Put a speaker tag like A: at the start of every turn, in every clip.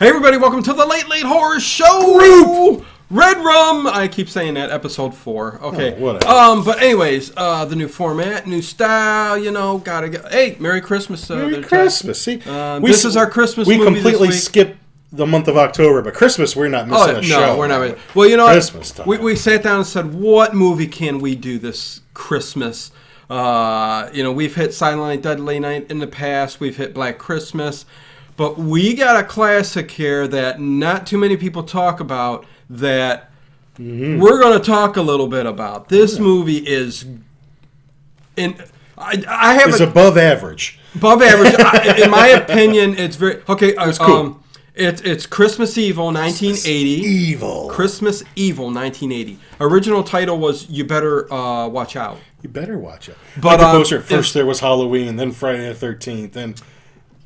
A: Hey everybody, welcome to the Late Late Horror Show Group. Red Rum. I keep saying that. Episode four. Okay.
B: Oh, whatever.
A: Um. But anyways, uh, the new format, new style. You know, gotta get. Hey, Merry Christmas. Uh,
B: Merry
A: there, Ty.
B: Christmas. See,
A: Um, this is our Christmas
B: We
A: movie this
B: completely
A: week.
B: skipped the month of October, but Christmas we're not
A: Oh
B: missing a
A: no,
B: show.
A: we're not. Ready. Well, you know, what?
B: Christmas time.
A: We, we sat down and said, what movie can we do this Christmas? Uh, you know, we've hit Silent Night, Deadly Night in the past. We've hit Black Christmas, but we got a classic here that not too many people talk about. That
B: Mm-hmm.
A: we're going to talk a little bit about. This movie is, and I, I have
B: It's
A: a-
B: above average.
A: above average. I, in my opinion, it's very okay. uh,
B: cool.
A: um, it's it's Christmas Evil, 1980.
B: Evil.
A: Christmas Evil, 1980. Original title was "You Better uh, Watch Out."
B: You better watch it.
A: But,
B: But like
A: um,
B: the poster,
A: it's-
B: first there was Halloween, then Friday the Thirteenth, and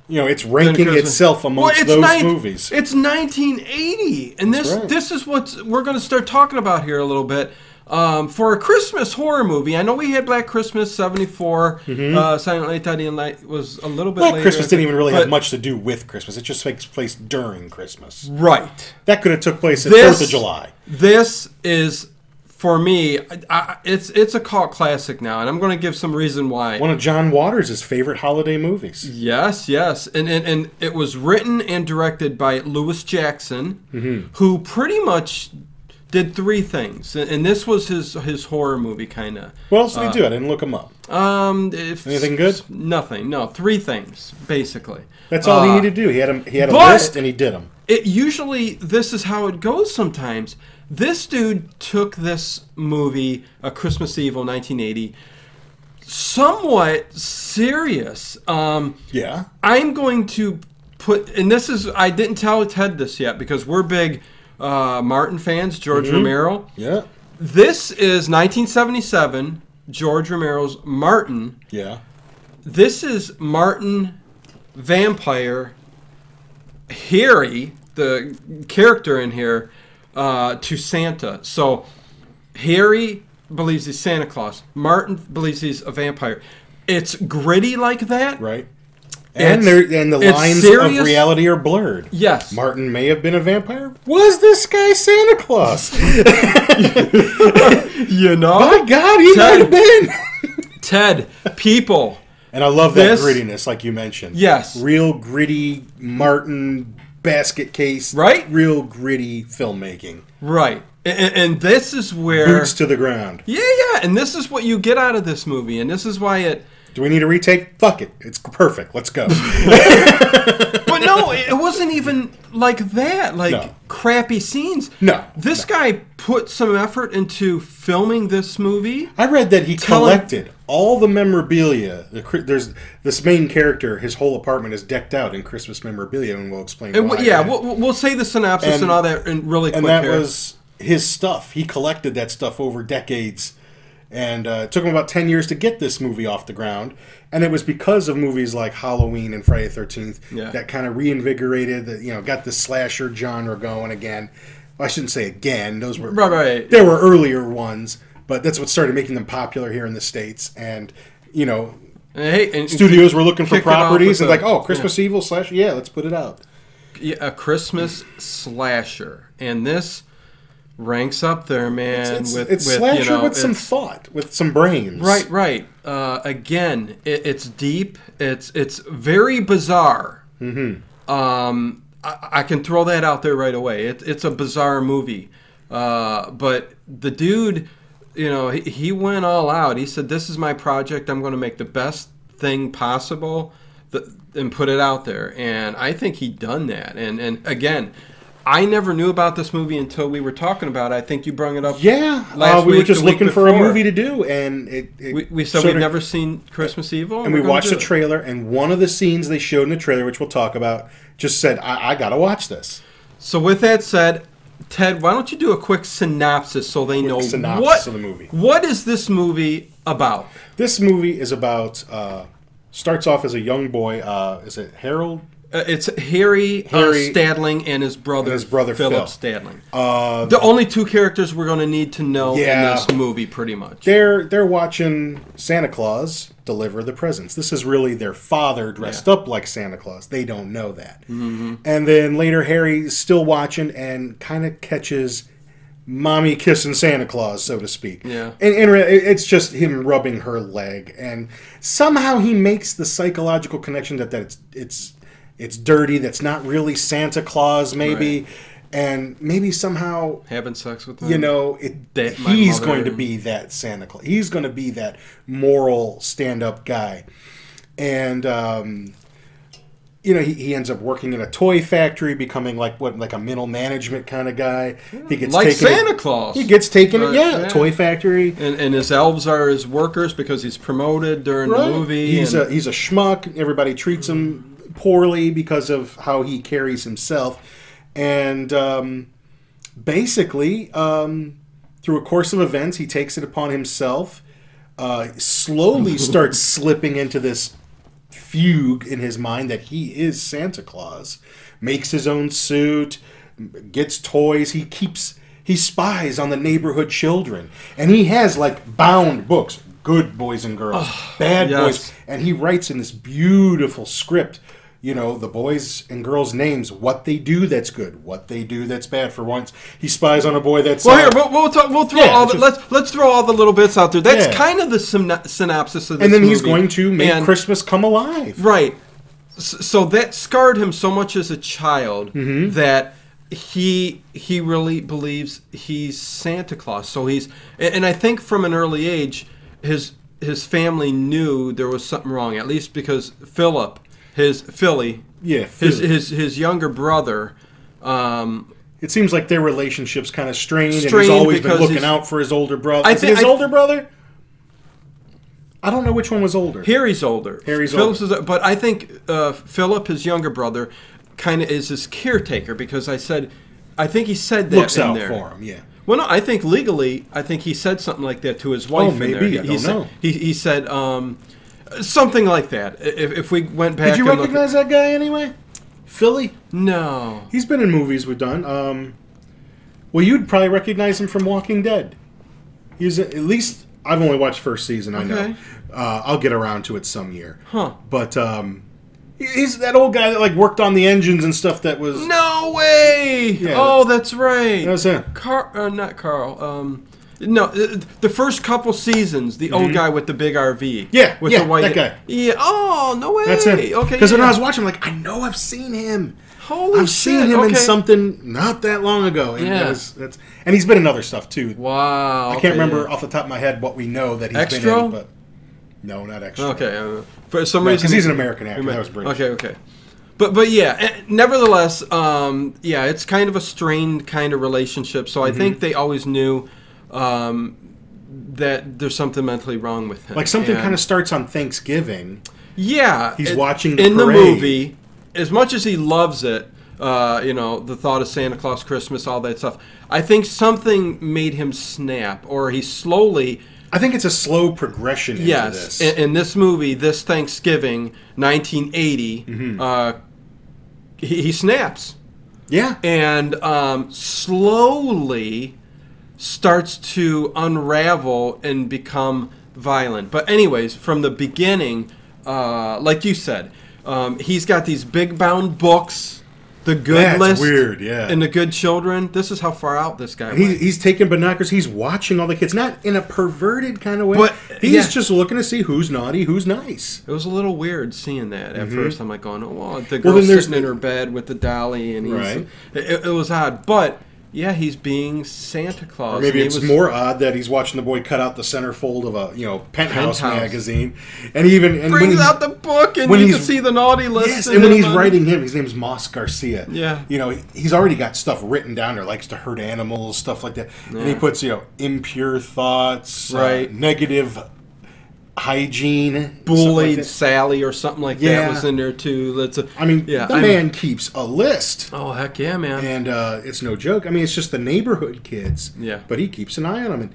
B: you know it's ranking
A: Christmas-
B: itself amongst those
A: nine-
B: movies.
A: It's 1980, and this
B: right.
A: this is what we're going to start talking about here a little bit. Um, for a Christmas horror movie, I know we had Black Christmas '74. Uh, Silent Night, Deadly Night was a little bit
B: Mm-hmm. Black
A: later.
B: Christmas didn't even really
A: but-
B: have much to do with Christmas. It just takes place during Christmas.
A: Right.
B: That could have took place at
A: This-
B: Fourth of July.
A: This is for me. I, I, it's it's a cult classic now, and I'm going to give some reason why.
B: One of John Waters' favorite holiday movies.
A: Yes, yes, and and, and it was written and directed by Lewis Jackson,
B: Mm-hmm.
A: who pretty much did three things, and, and this was his his horror movie kind of.
B: What else did he do? I didn't look him up.
A: Um, if,
B: Anything good?
A: Nothing. No, three things basically.
B: That's all
A: Uh,
B: he needed to do. He had a, he had a
A: but-
B: list and he did them.
A: it usually this is how it goes sometimes. This dude took this movie, A Christmas Evil, 1980, somewhat serious. Um,
B: Yeah.
A: I'm going to put, and this is, I didn't tell Ted this yet because we're big uh, Martin fans, George Romero.
B: Yeah.
A: This is 1977, George Romero's Martin.
B: Yeah.
A: This is Martin Vampire Harry, the character in here, uh, to Santa. So Harry believes he's Santa Claus, Martin believes he's a vampire. It's gritty like that.
B: Right. And
A: It's-
B: there and the
A: it's
B: lines
A: serious-
B: of reality are blurred.
A: Yes.
B: Martin may have been a vampire. Was this guy Santa Claus?
A: You know?
B: My God, he
A: Tell
B: might have been.
A: Ted, people.
B: And I love that
A: This-
B: grittiness, like you mentioned.
A: Yes.
B: Real gritty Martin basket case.
A: Right?
B: Real gritty filmmaking.
A: Right. And, and this is where.
B: Boots to the ground.
A: Yeah, yeah. And this is what you get out of this movie. And this is why it.
B: Do we need a retake? Fuck it. It's perfect. Let's go.
A: But no, it it wasn't even like that. Like
B: No.
A: crappy scenes.
B: No,
A: This guy put some effort into filming this movie.
B: I read that he
A: Tell him-
B: collected all the memorabilia. The, cri- there's this main character. His whole apartment is decked out in Christmas memorabilia, and we'll explain.
A: And
B: why.
A: w- yeah, we'll, we'll- we'll say the synopsis and,
B: And-
A: all that in really
B: and
A: quick
B: that
A: here.
B: was his stuff. He collected that stuff over decades, and uh, it took him about ten years to get this movie off the ground. And it was because of movies like Halloween and Friday the Thirteenth
A: Yeah.
B: that kind of reinvigorated, the, you know, got the slasher genre going again. Well, I shouldn't say again; those were
A: Right, right.
B: There were earlier ones, but that's what started making them popular here in the states. And you know,
A: And hey, and-
B: studios were looking for
A: kicked it off
B: properties and
A: with
B: like,
A: a-
B: oh, Christmas Evil slash, yeah, let's put it out.
A: yeah, a Christmas slasher, and this ranks up there, man.
B: it's
A: with
B: it's
A: with,
B: slasher
A: you know,
B: with some
A: it's-
B: thought, with some brains.
A: Right, right. Uh, again, it, it's deep. It's it's very bizarre. Mm-hmm. Um, I, I can throw that out there right away. It, it's a bizarre movie, uh, but the dude, you know, he, he went all out. He said, "This is my project. I'm going to make the best thing possible." th- and put it out there. And I think he done that. And and again, I never knew about this movie until we were talking about. it. I think you brung it up.
B: Yeah,
A: last
B: uh, we
A: week,
B: were
A: the
B: just
A: week
B: looking for a
A: before.
B: movie to do, and it. it
A: We, we said
B: sort
A: we've
B: of-
A: never seen Christmas Evil,
B: And
A: we're
B: we
A: gonna
B: watched
A: do
B: the
A: it.
B: trailer, and one of the scenes they showed in the trailer, which we'll talk about, just said, "I, I gotta watch this."
A: So with that said, Ted, why don't you do a quick synopsis so they know
B: synopsis
A: what
B: of the movie.
A: What is this movie about?
B: This movie is about uh, starts off as a young boy. Uh, is it Harold?
A: Uh, it's Harry,
B: Harry-
A: uh, Stadling and his brother,
B: his brother,
A: Philip
B: Phil. Uh,
A: Stadling. the only two characters we're going to need to know
B: Yeah.
A: in this movie, pretty much.
B: They're they're watching Santa Claus deliver the presents. This is really their father dressed up like Santa Claus. They don't know that. And then later Harry's still watching and kind of catches mommy kissing Santa Claus, so to speak.
A: Yeah.
B: And, and re- it- it's just him rubbing her leg, and somehow he makes the psychological connection that that it's it's it's dirty. That's not really Santa Claus, maybe. And maybe somehow
A: Having sex with them.
B: you know, it,
A: That my
B: he's
A: mother-
B: going to be that Santa Claus. He's going to be that moral stand-up guy, and um, you know, he, he ends up working in a toy factory, becoming like what, like a middle management kind of guy. He gets
A: like
B: taken
A: Santa Claus.
B: He gets taken.
A: Right,
B: yeah,
A: yeah.
B: toy factory.
A: and, and his elves are his workers because he's promoted during
B: Right.
A: the movie.
B: He's
A: and-
B: a he's a schmuck. Everybody treats him poorly because of how he carries himself, and um, basically, um, through a course of events, he takes it upon himself. Uh, slowly starts slipping into this fugue in his mind that he is Santa Claus, makes his own suit, gets toys. He keeps he spies on the neighborhood children, and he has like bound books, good boys and girls, bad
A: yes.
B: boys, and he writes in this beautiful script. You know the boys and girls' names, what they do that's good, what they do that's bad. For once, he spies on a boy that's
A: well, here we'll, we'll, talk, we'll throw
B: Uh, Yeah,
A: all the,
B: just-
A: let's let's throw all the little bits out there. That's
B: Yeah.
A: kind of the syn- synopsis of this.
B: and then he's
A: movie.
B: going to make
A: And-
B: Christmas come alive.
A: Right. S- So that scarred him so much as a child
B: Mm-hmm.
A: that he he really believes he's Santa Claus. So he's and and I think from an early age his his family knew there was something wrong at least because Philip his Philly
B: Yeah,
A: his
B: Philly.
A: his his younger brother um
B: It seems like their relationship's kind of strained, and he's
A: Strained
B: always been
A: because
B: looking
A: he's-
B: out for his older brother.
A: I
B: Is it
A: think-
B: his
A: I-
B: older brother? I don't know which one was older.
A: Harry's older.
B: Harry's
A: Philip's Is, but I think uh, Philip, his younger brother, kind of is his caretaker because I said, I think he said that
B: Looks
A: in
B: out
A: there.
B: for him, yeah.
A: Well, no, I think legally, I think he said something like that to his wife. in
B: Oh, maybe,
A: there. He-
B: I
A: he
B: don't
A: said-
B: know.
A: He, he said um, something like that. If, if we went back,
B: Did
A: and
B: you
A: looked-
B: recognize that guy anyway? Philly?
A: No.
B: He's been in movies we've done. Um, well, you'd probably recognize him from Walking Dead. He's at least I've only watched first season. I know.
A: Okay.
B: Uh, I'll get around to it some year.
A: Huh.
B: But um, he- he's that old guy that like worked on the engines and stuff. That was
A: No way!
B: Yeah.
A: oh, that's right.
B: That's him.
A: Carl, uh, not Carl. Um, no, uh, the first couple seasons, the old guy with the big RV.
B: Mm-hmm. Yeah,
A: with
B: yeah,
A: the white.
B: that guy.
A: Yeah. Oh no way.
B: That's him.
A: Okay.
B: Because when
A: yeah.
B: I was watching, I'm like, I know I've seen him.
A: Holy
B: I've seen
A: shit,
B: him in
A: okay.
B: something not that long ago. And
A: Yeah.
B: that was- that's, and he's been in other stuff too.
A: Wow.
B: I can't remember off the top of my head what we know that he's been
A: Extra?
B: in, but no, not extra.
A: Okay. uh, for some reason,
B: Because he's an American actor. That was British.
A: Okay. Okay. But but yeah. eh, Nevertheless, um, yeah, it's kind of a strained kind of relationship. So I
B: Mm-hmm.
A: think they always knew. Um, that there's something mentally wrong with him.
B: Like something
A: And-
B: kind of starts on Thanksgiving.
A: Yeah,
B: He's
A: it-
B: watching the
A: in the
B: parade.
A: movie. As much as he loves it, uh, you know, the thought of Santa Claus, Christmas, all that stuff. I think something made him snap, or he slowly.
B: I think it's a slow progression into
A: Yes,
B: this.
A: in, in this movie, this Thanksgiving, 1980,
B: Mm-hmm.
A: uh, he, he snaps
B: yeah.
A: and um, slowly starts to unravel and become violent. But anyways, from the beginning, uh, like you said, um, he's got these big bound books, the good
B: That's
A: list,
B: weird, yeah.
A: and the good children. This is how far out this guy.
B: He,
A: went.
B: he's taking binoculars. He's watching all the kids, not in a perverted kind of way.
A: But-
B: he's
A: yeah.
B: just looking to see who's naughty, who's nice.
A: It was a little weird seeing that at first. I'm like going, oh, well, the
B: Mm-hmm. Well,
A: girl's
B: then there's
A: sitting in
B: the-
A: her bed with the dolly, and he's,
B: Right.
A: it, it was odd. But yeah, he's being Santa Claus.
B: Or maybe
A: and he
B: it's
A: was-
B: more odd that he's watching the boy cut out the centerfold of a you know penthouse,
A: Penthouse.
B: magazine, and he even and when
A: brings
B: he's-
A: out the book and
B: when
A: you
B: he's-
A: can see the naughty list.
B: Yes,
A: in
B: and when
A: him
B: he's
A: on-
B: writing him, his name's Moss Garcia.
A: Yeah.
B: you know he- he's already got stuff written down there, likes to hurt animals, stuff like that, and he
A: Yeah.
B: puts you know impure thoughts, uh,
A: Right.
B: negative hygiene,
A: bullied
B: stuff
A: Sally or something like
B: Yeah.
A: that was in there too. That's a,
B: like that. I mean,
A: yeah,
B: the
A: I'm-
B: man keeps a list,
A: Oh heck yeah, man!
B: and uh, it's no joke. I mean, it's just the neighborhood kids.
A: Yeah.
B: but he keeps an eye on them, and,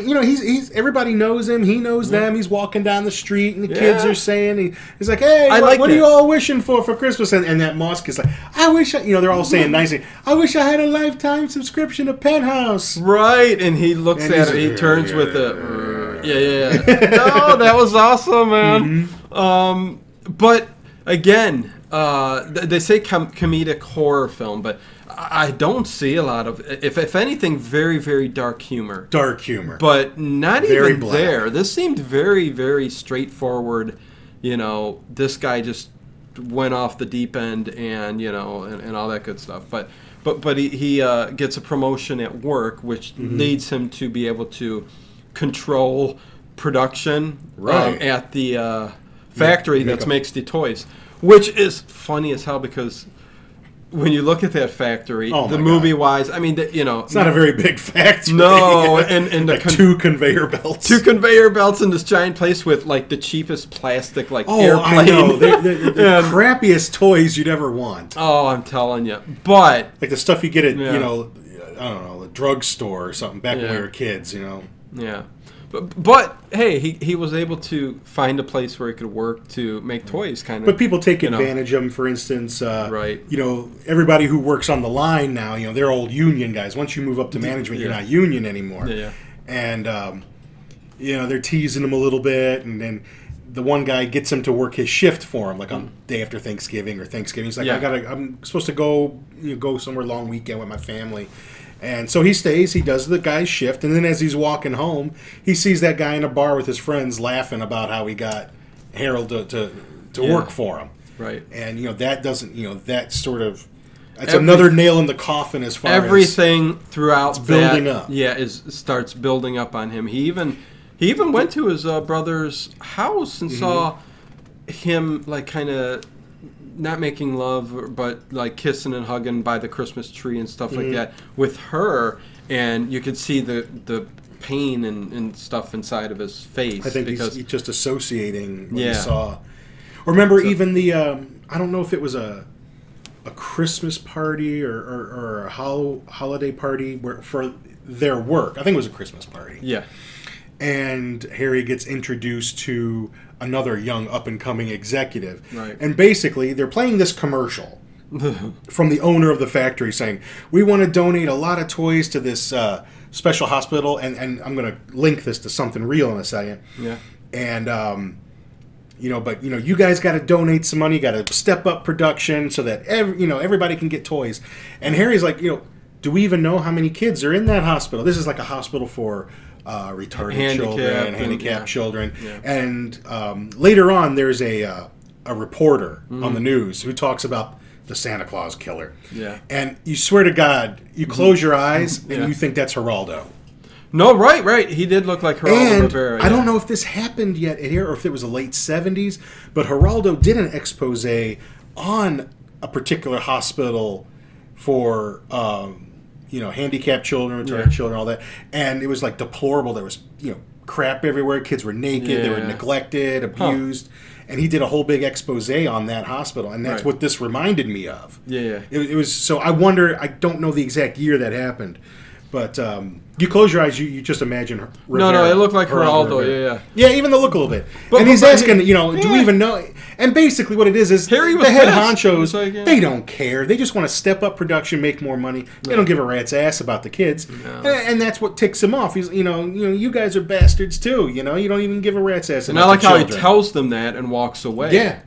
B: and you know, he's he's everybody knows him. He knows them. He's walking down the street, and the kids
A: Yeah.
B: are saying, he, he's like, "Hey,
A: I
B: what,
A: like
B: what are
A: that.
B: you all wishing for for Christmas?" And, and that mosque is like, "I wish," I, you know, they're all saying nicely, "I wish I had a lifetime subscription to Penthouse."
A: Right, and he looks
B: And
A: at
B: he's-
A: it. He turns with a yeah, yeah, yeah. no, that was awesome, man. Um, but again, uh, th- they say com- comedic horror film, but I I don't see a lot of, if if anything, very very dark humor.
B: Dark humor.
A: But not
B: Very
A: even
B: black.
A: there. This seemed very very straightforward. You know, this guy just went off the deep end, and you know, and, and all that good stuff. But but but he, he uh, gets a promotion at work, which
B: Mm-hmm.
A: leads him to be able to control production um,
B: Right.
A: at the uh, factory
B: make
A: that
B: a-
A: makes the toys, which is funny as hell because. When you look at that factory,
B: Oh
A: the
B: my God.
A: movie wise, I mean, the, you know,
B: It's not a very big factory.
A: No, and- and the
B: like
A: con-
B: two conveyor belts.
A: two conveyor belts in this giant place with like the cheapest plastic like
B: oh,
A: airplane.
B: I know. They're, they're- they're the
A: And-
B: crappiest toys you'd ever want.
A: oh, I'm telling you. But
B: Like the stuff you get at
A: Yeah.
B: you know, I don't know, the drugstore or something. Back when we
A: Yeah.
B: were kids, you know.
A: yeah. But, but hey, he, he was able to find a place where he could work to make toys, kind of.
B: But people take
A: know.
B: advantage of them. For instance, uh,
A: Right.
B: You know, everybody who works on the line now, you know, they're old union guys. Once you move up to management, you're
A: yeah.
B: not union anymore.
A: Yeah, yeah.
B: And um, you know, they're teasing him a little bit, and then the one guy gets him to work his shift for him, like on day after Thanksgiving or Thanksgiving. He's like,
A: Mm. Yeah.
B: I gotta, I'm supposed to go, you know, go somewhere long weekend with my family. And so he stays, he does the guy's shift, and then as he's walking home, he sees that guy in a bar with his friends laughing about how he got Harold to, to, to
A: Yeah.
B: work for him.
A: right.
B: And, you know, that doesn't, you know, that sort of, it's
A: Every-
B: another nail in the coffin as far as.
A: Everything throughout that,
B: building up.
A: Yeah, is starts building up on him. He even he even went to his uh, brother's house
B: Mm-hmm.
A: and saw him like kind of not making love, but like kissing and hugging by the Christmas tree and stuff
B: Mm-hmm.
A: like that with her, and you could see the the pain and, and stuff inside of his face.
B: I think
A: because
B: he's, e- he's just associating what he
A: Yeah.
B: saw. Or remember, even the um, I don't know if it was a a Christmas party or, or, or a hol- holiday party where, for their work. I think it was a Christmas party,
A: yeah,
B: and Harry gets introduced to another young up and coming executive.
A: Right.
B: And basically, they're playing this commercial from the owner of the factory saying, "We want to donate a lot of toys to this uh, special hospital," and and I'm going to link this to something real in a second
A: yeah,
B: and um, you know, but you know, you guys got to donate some money, got to step up production so that every, you know everybody can get toys. And Harry's like, you know, do we even know how many kids are in that hospital? This is like a hospital for uh, retarded
A: Handicap
B: children,
A: and-
B: handicapped
A: yeah.
B: children.
A: Yeah.
B: And um, later on, there's a uh, a reporter
A: Mm-hmm.
B: on the news who talks about the Santa Claus killer.
A: yeah. Mm-hmm.
B: And you swear to God, you close your eyes and
A: Yeah.
B: you think that's Geraldo.
A: No, right, right. He did look like Geraldo
B: And
A: Rivera.
B: I
A: yeah.
B: don't know if this happened yet here or if it was the late 70s, but Geraldo did an expose on a particular hospital for, um, you know, handicapped children, retarded
A: Yeah.
B: children, all that. And it was like deplorable. There was, you know, crap everywhere. Kids were naked. They were
A: Yeah.
B: neglected, abused. And he did a whole big expose on that hospital. And that's
A: Right.
B: what this reminded me of.
A: Yeah, yeah.
B: It, it was so. I wonder. I don't know the exact year that happened, but um, you close your eyes, you, you just imagine. Her,
A: No, no, it looked like Geraldo,
B: Rivera.
A: yeah,
B: even the look a little bit.
A: But-
B: and
A: but-
B: he's
A: but-
B: asking, you know, do we
A: yeah.
B: even know? And basically, what it is is
A: Harry was
B: the head
A: pissed. He
B: honchos.
A: was like, yeah.
B: They don't care. They just want to step up production, make more money. They don't give a rat's ass about the kids, and, and that's what ticks him off. He's, you know, you know, you guys are bastards too. You know, you don't even give a rat's ass.
A: And
B: about
A: I like
B: the
A: how he
B: children.
A: tells them that and walks away.
B: Yeah,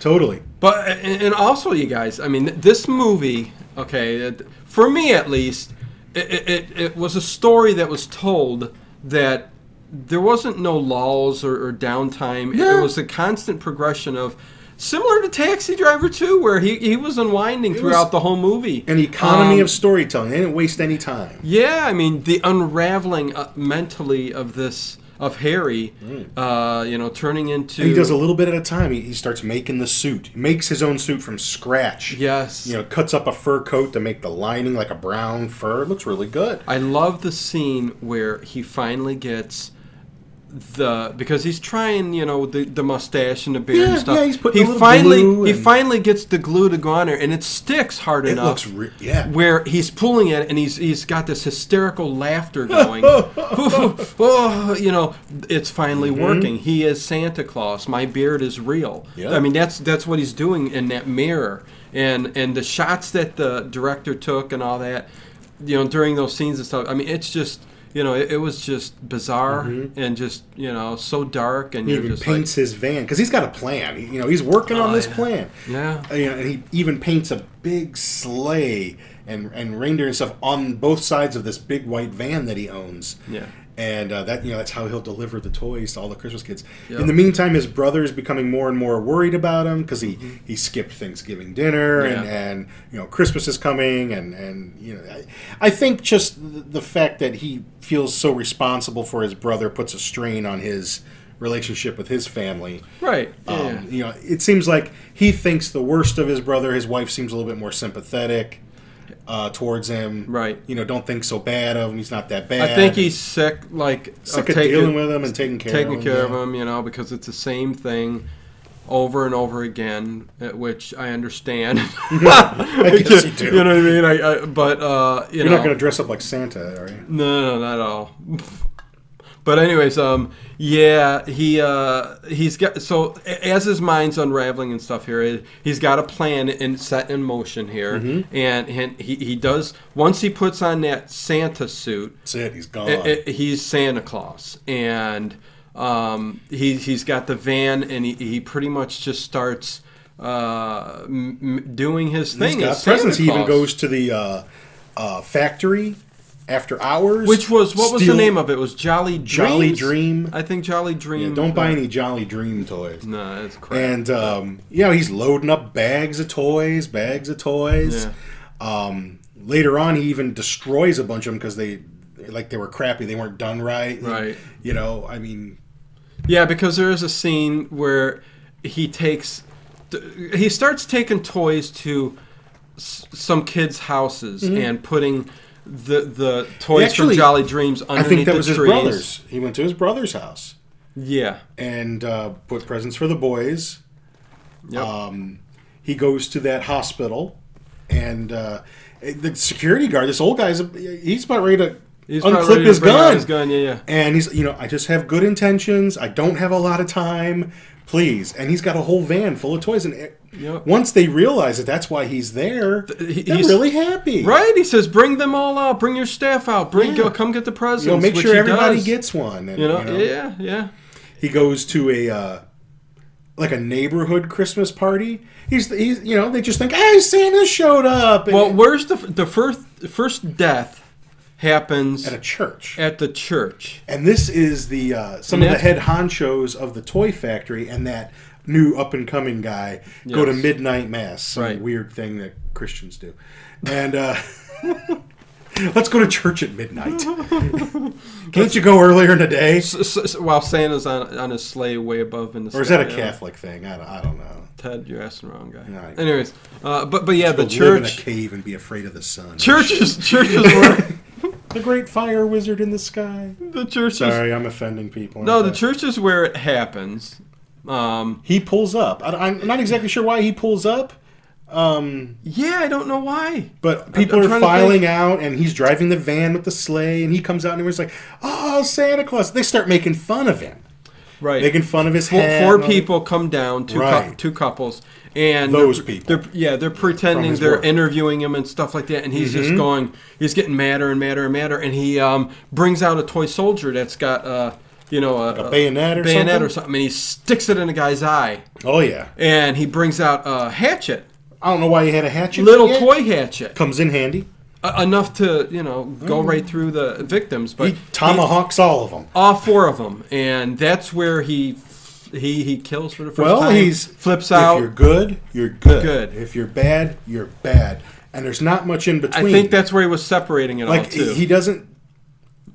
B: totally.
A: But and and also, you guys, I mean, th- this movie, okay, it- for me at least, it, it- it, it was a story that was told that there wasn't no lulls or, or downtime. It-
B: Yeah.
A: It was a constant progression of. Similar to Taxi Driver 2, where he, he was unwinding throughout the whole movie.
B: An economy
A: Um,
B: of storytelling. They didn't waste any time.
A: yeah, I mean the unraveling uh, mentally of this of Harry, uh, you know, turning into
B: Mm. And he does a little bit at a time. He, he starts making the suit, He makes his own suit from scratch.
A: yes,
B: You know, cuts up a fur coat to make the lining like a brown fur. It looks really good.
A: I love the scene where he finally gets the because he's trying, you know, the, the mustache and the beard
B: Yeah,
A: and stuff.
B: yeah, he's putting
A: he
B: a little
A: finally
B: glue
A: he
B: and-
A: finally gets the glue to go on there, and it sticks hard
B: It
A: enough.
B: looks re- yeah.
A: Where he's pulling it and he's he's got this hysterical laughter going. oh, you know, it's finally
B: Mm-hmm.
A: working. He is Santa Claus. My beard is real.
B: Yeah.
A: I mean, that's that's what he's doing in that mirror, and and the shots that the director took and all that, you know, during those scenes and stuff. I mean, it's just. You know, it, it was just bizarre and just you know so dark, and
B: Mm-hmm. He
A: you're
B: even
A: just like,
B: paints his van because he's got a plan. He, you know, he's working on
A: Oh,
B: this
A: yeah.
B: plan.
A: yeah,
B: You know, and he even paints a big sleigh and and reindeer and stuff on both sides of this big white van that he owns.
A: Yeah.
B: And uh, that you know that's how he'll deliver the toys to all the Christmas kids.
A: Yeah.
B: In the meantime, his brother is becoming more and more worried about him because he, he skipped Thanksgiving dinner and,
A: Mm-hmm. Yeah.
B: and you know Christmas is coming and and you know I, I think just th- the fact that he feels so responsible for his brother puts a strain on his relationship with his family.
A: right, yeah.
B: Um, You know, it seems like he thinks the worst of his brother. His wife seems a little bit more sympathetic uh, towards him.
A: Right.
B: You know, don't think so bad of him. He's not that bad.
A: I think he's sick, like
B: sick
A: of
B: of
A: taking-
B: dealing with him and taking care
A: taking
B: of him.
A: care of
B: yeah.
A: them, you know, because it's the same thing over and over again, at which I understand. I
B: guess you do.
A: know what I mean? I, I but uh, you
B: You're
A: know,
B: not going to dress up like Santa, are you?
A: no, no, not at all. But anyways, um, yeah, he uh, he's got so a- as his mind's unraveling and stuff here, it- he's got a plan and set in motion here,
B: Mm-hmm.
A: and, and he he does once he puts on that Santa suit,
B: That's it. He's gone.
A: it- it- he's Santa Claus, and um, he he's got the van, and he, he pretty much just starts uh, m- m- doing his
B: He's
A: thing.
B: got
A: as Santa
B: presents. He even
A: Claus.
B: goes to the uh, uh, factory after hours.
A: Which was what was the
B: steal-
A: name of it? It Was Jolly Dreams?
B: Jolly Dream.
A: I think Jolly Dream.
B: Don't buy any Jolly Dream toys.
A: No, it's crap.
B: And um, you know he's loading up bags of toys, bags of toys.
A: Yeah.
B: Um, later on, he even destroys a bunch of them because they, like, they were crappy. They weren't done right.
A: Right.
B: You know, I mean,
A: Yeah, because there is a scene where he takes, he starts taking toys to s- some kids' houses and putting the the toys
B: Mm-hmm. Actually,
A: from Jolly Dreams
B: I
A: underneath
B: think that
A: the
B: was his
A: trees.
B: brother's. He went to his brother's house
A: Yeah.
B: and uh, put presents for the boys.
A: Yep.
B: Um, he goes to that hospital, and uh, the security guard, this old guy's, he's about ready to
A: He's probably ready
B: unclip
A: to
B: his
A: bring out
B: gun.
A: His gun. Yeah, yeah.
B: And he's, you know, I just have good intentions. I don't have a lot of time. Please. And he's got a whole van full of toys. And it-
A: Yep.
B: once they realize that that's why he's there,
A: he-
B: they're
A: he's-
B: really happy.
A: Right. He says, "Bring them all out. Bring your staff out. Bring
B: Yeah.
A: go, come get the presents."
B: You know, make
A: which
B: sure
A: he
B: everybody
A: does.
B: gets one. And,
A: You know, Yeah. Yeah.
B: He goes to a, uh, like a neighborhood Christmas party. He's, he's, you know, they just think, hey, Santa showed up. And
A: Well, where's the f- the first the first death happens
B: at a church.
A: at the church?
B: And this is the uh, some of
A: And
B: the head honchos of the toy factory and that new up and coming guy go to
A: Yes.
B: midnight mass, some
A: Right.
B: weird thing that Christians do, and uh, let's go to church at midnight. Can't you go earlier in the day?
A: S- s- while Santa's on on his sleigh way above in the
B: Or is that a
A: sky.
B: Catholic thing? I don't, I don't know.
A: Ted, you're asking the wrong guy.
B: No, I-
A: Anyways, uh, but but yeah, the
B: Go live in a
A: church.
B: cave and be afraid of the sun.
A: Churches, churches were
B: the great fire wizard in the sky.
A: the churches.
B: Sorry, I'm offending people.
A: No,
B: aren't
A: the
B: I?
A: church is where it happens. Um,
B: He pulls up. I, I'm not exactly sure why he pulls up. Um,
A: yeah, I don't know why.
B: But people
A: I'm
B: are
A: trying to
B: filing out, and he's driving the van with the sleigh, and he comes out, and everyone's like, "Oh, Santa Claus!" They start making fun of him,
A: Right.
B: making fun of his
A: four,
B: hat.
A: four
B: and all-
A: people come down, two cou-
B: Right.
A: two couples, and
B: Those
A: they're,
B: people.
A: They're, yeah, they're pretending
B: his
A: they're
B: work. Mm-hmm.
A: interviewing him and stuff like that, and he's just going, he's getting madder and madder and madder, and he um, brings out a toy soldier that's got uh, you know a,
B: a bayonet or
A: bayonet
B: something?
A: or something, and he sticks it in a guy's eye,
B: Oh yeah,
A: and he brings out a hatchet,
B: I don't know why he had a hatchet.
A: little
B: Yeah.
A: toy hatchet,
B: comes in handy.
A: uh, enough to you know go right through the victims, but
B: Mm. He tomahawks all of them.
A: all four of them, and that's where he he he kills for the first
B: Well,
A: time.
B: he's
A: flips out.
B: If you're good, you're good.
A: Good.
B: If you're bad, you're bad. And there's not much in
A: I
B: between.
A: think that's where he was separating it all
B: like
A: too.
B: he doesn't.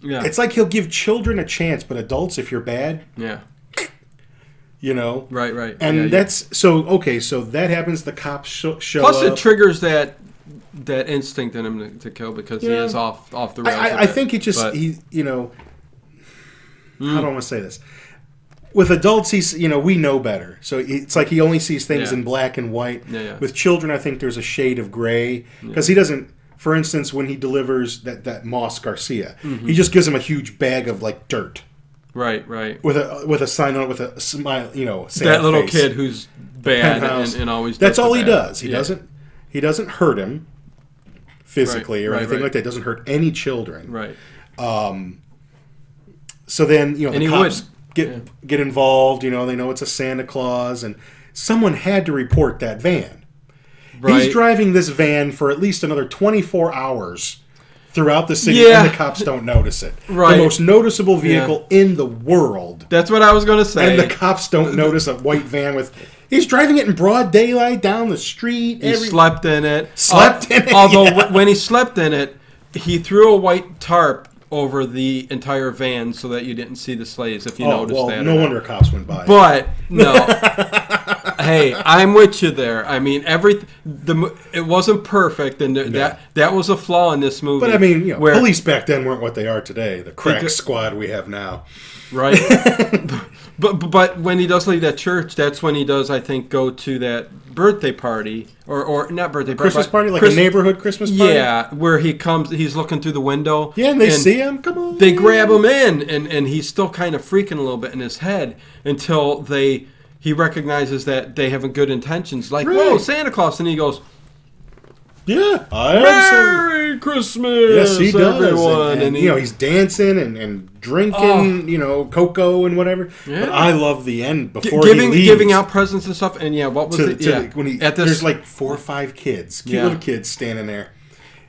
A: yeah,
B: It's like he'll give children a chance, but adults, if you're bad,
A: yeah,
B: you know,
A: right, right.
B: And
A: yeah, yeah.
B: that's so okay. So that happens. The cops show, show
A: plus
B: up.
A: it triggers that that instinct in him to, to kill because he
B: Yeah.
A: is off off the rails.
B: I,
A: a
B: I, I
A: bit.
B: think it just
A: But-
B: he you know
A: Hmm.
B: how do I want to say this? With adults, he's you know we know better, so it's like he only sees things
A: Yeah.
B: in black and white.
A: Yeah, yeah.
B: With children, I think there's a shade of gray because he doesn't. For instance, when he delivers that that Moss Garcia,
A: Mm-hmm.
B: he just gives him a huge bag of like dirt
A: Right, right.
B: with a with a sign on it with a smile, you know, sad
A: That little
B: face.
A: kid who's bad
B: Penthouse.
A: and, and always. does
B: That's
A: the
B: all he
A: bad.
B: does. He
A: Yeah.
B: doesn't he doesn't hurt him physically
A: Right,
B: or
A: right,
B: anything
A: right.
B: like that. Doesn't hurt any children.
A: Right.
B: So then you know
A: And
B: the
A: he
B: cops
A: would.
B: get
A: Yeah.
B: get involved. You know they know it's a Santa Claus, and someone had to report that van.
A: Right.
B: He's driving this van for at least another twenty four hours throughout the city,
A: Yeah.
B: and the cops don't notice it.
A: Right.
B: The most noticeable vehicle in the world.
A: That's what I was gonna say.
B: And the cops don't notice a white van with. He's driving it in broad daylight down the street.
A: He
B: every-
A: slept in it.
B: Slept
A: Al-
B: in it,
A: Although
B: yeah.
A: wh- when he slept in it, he threw a white tarp over the entire van so that you didn't see the sleighs. If you
B: oh,
A: noticed
B: well,
A: that. or
B: no
A: not.
B: wonder cops went by.
A: But no. hey, I'm with you there. I mean, every the mo- it wasn't perfect, and th- that that was a flaw in this movie.
B: But I mean, you know,
A: where,
B: police back then weren't what they are today. The crack
A: Because-
B: squad we have now.
A: right? but but- but when he does leave that church, that's when he does, I think, go to that birthday party or or not birthday party,
B: Christmas
A: but
B: party, like
A: Christ-
B: a neighborhood Christmas party.
A: Yeah, where he comes, he's looking through the window.
B: Yeah, and they see him. Come on.
A: They grab him in, and, and he's still kind of freaking a little bit in his head until they he recognizes that they have good intentions. Like, whoa,
B: Right.
A: Santa Claus, and he goes,
B: Yeah, I am. So.
A: "Merry Christmas,
B: Yes, he does. And-
A: everyone!"
B: And, you know, he's dancing and, and
A: Oh.
B: drinking, you know, cocoa and whatever.
A: Yeah.
B: But I love the end before
A: giving
B: he leaves.
A: giving out presents and stuff. And yeah, what was
B: to,
A: it?
B: to
A: yeah,
B: the, when he
A: at this
B: there's like four or five kids, cute
A: Yeah.
B: little kids standing there,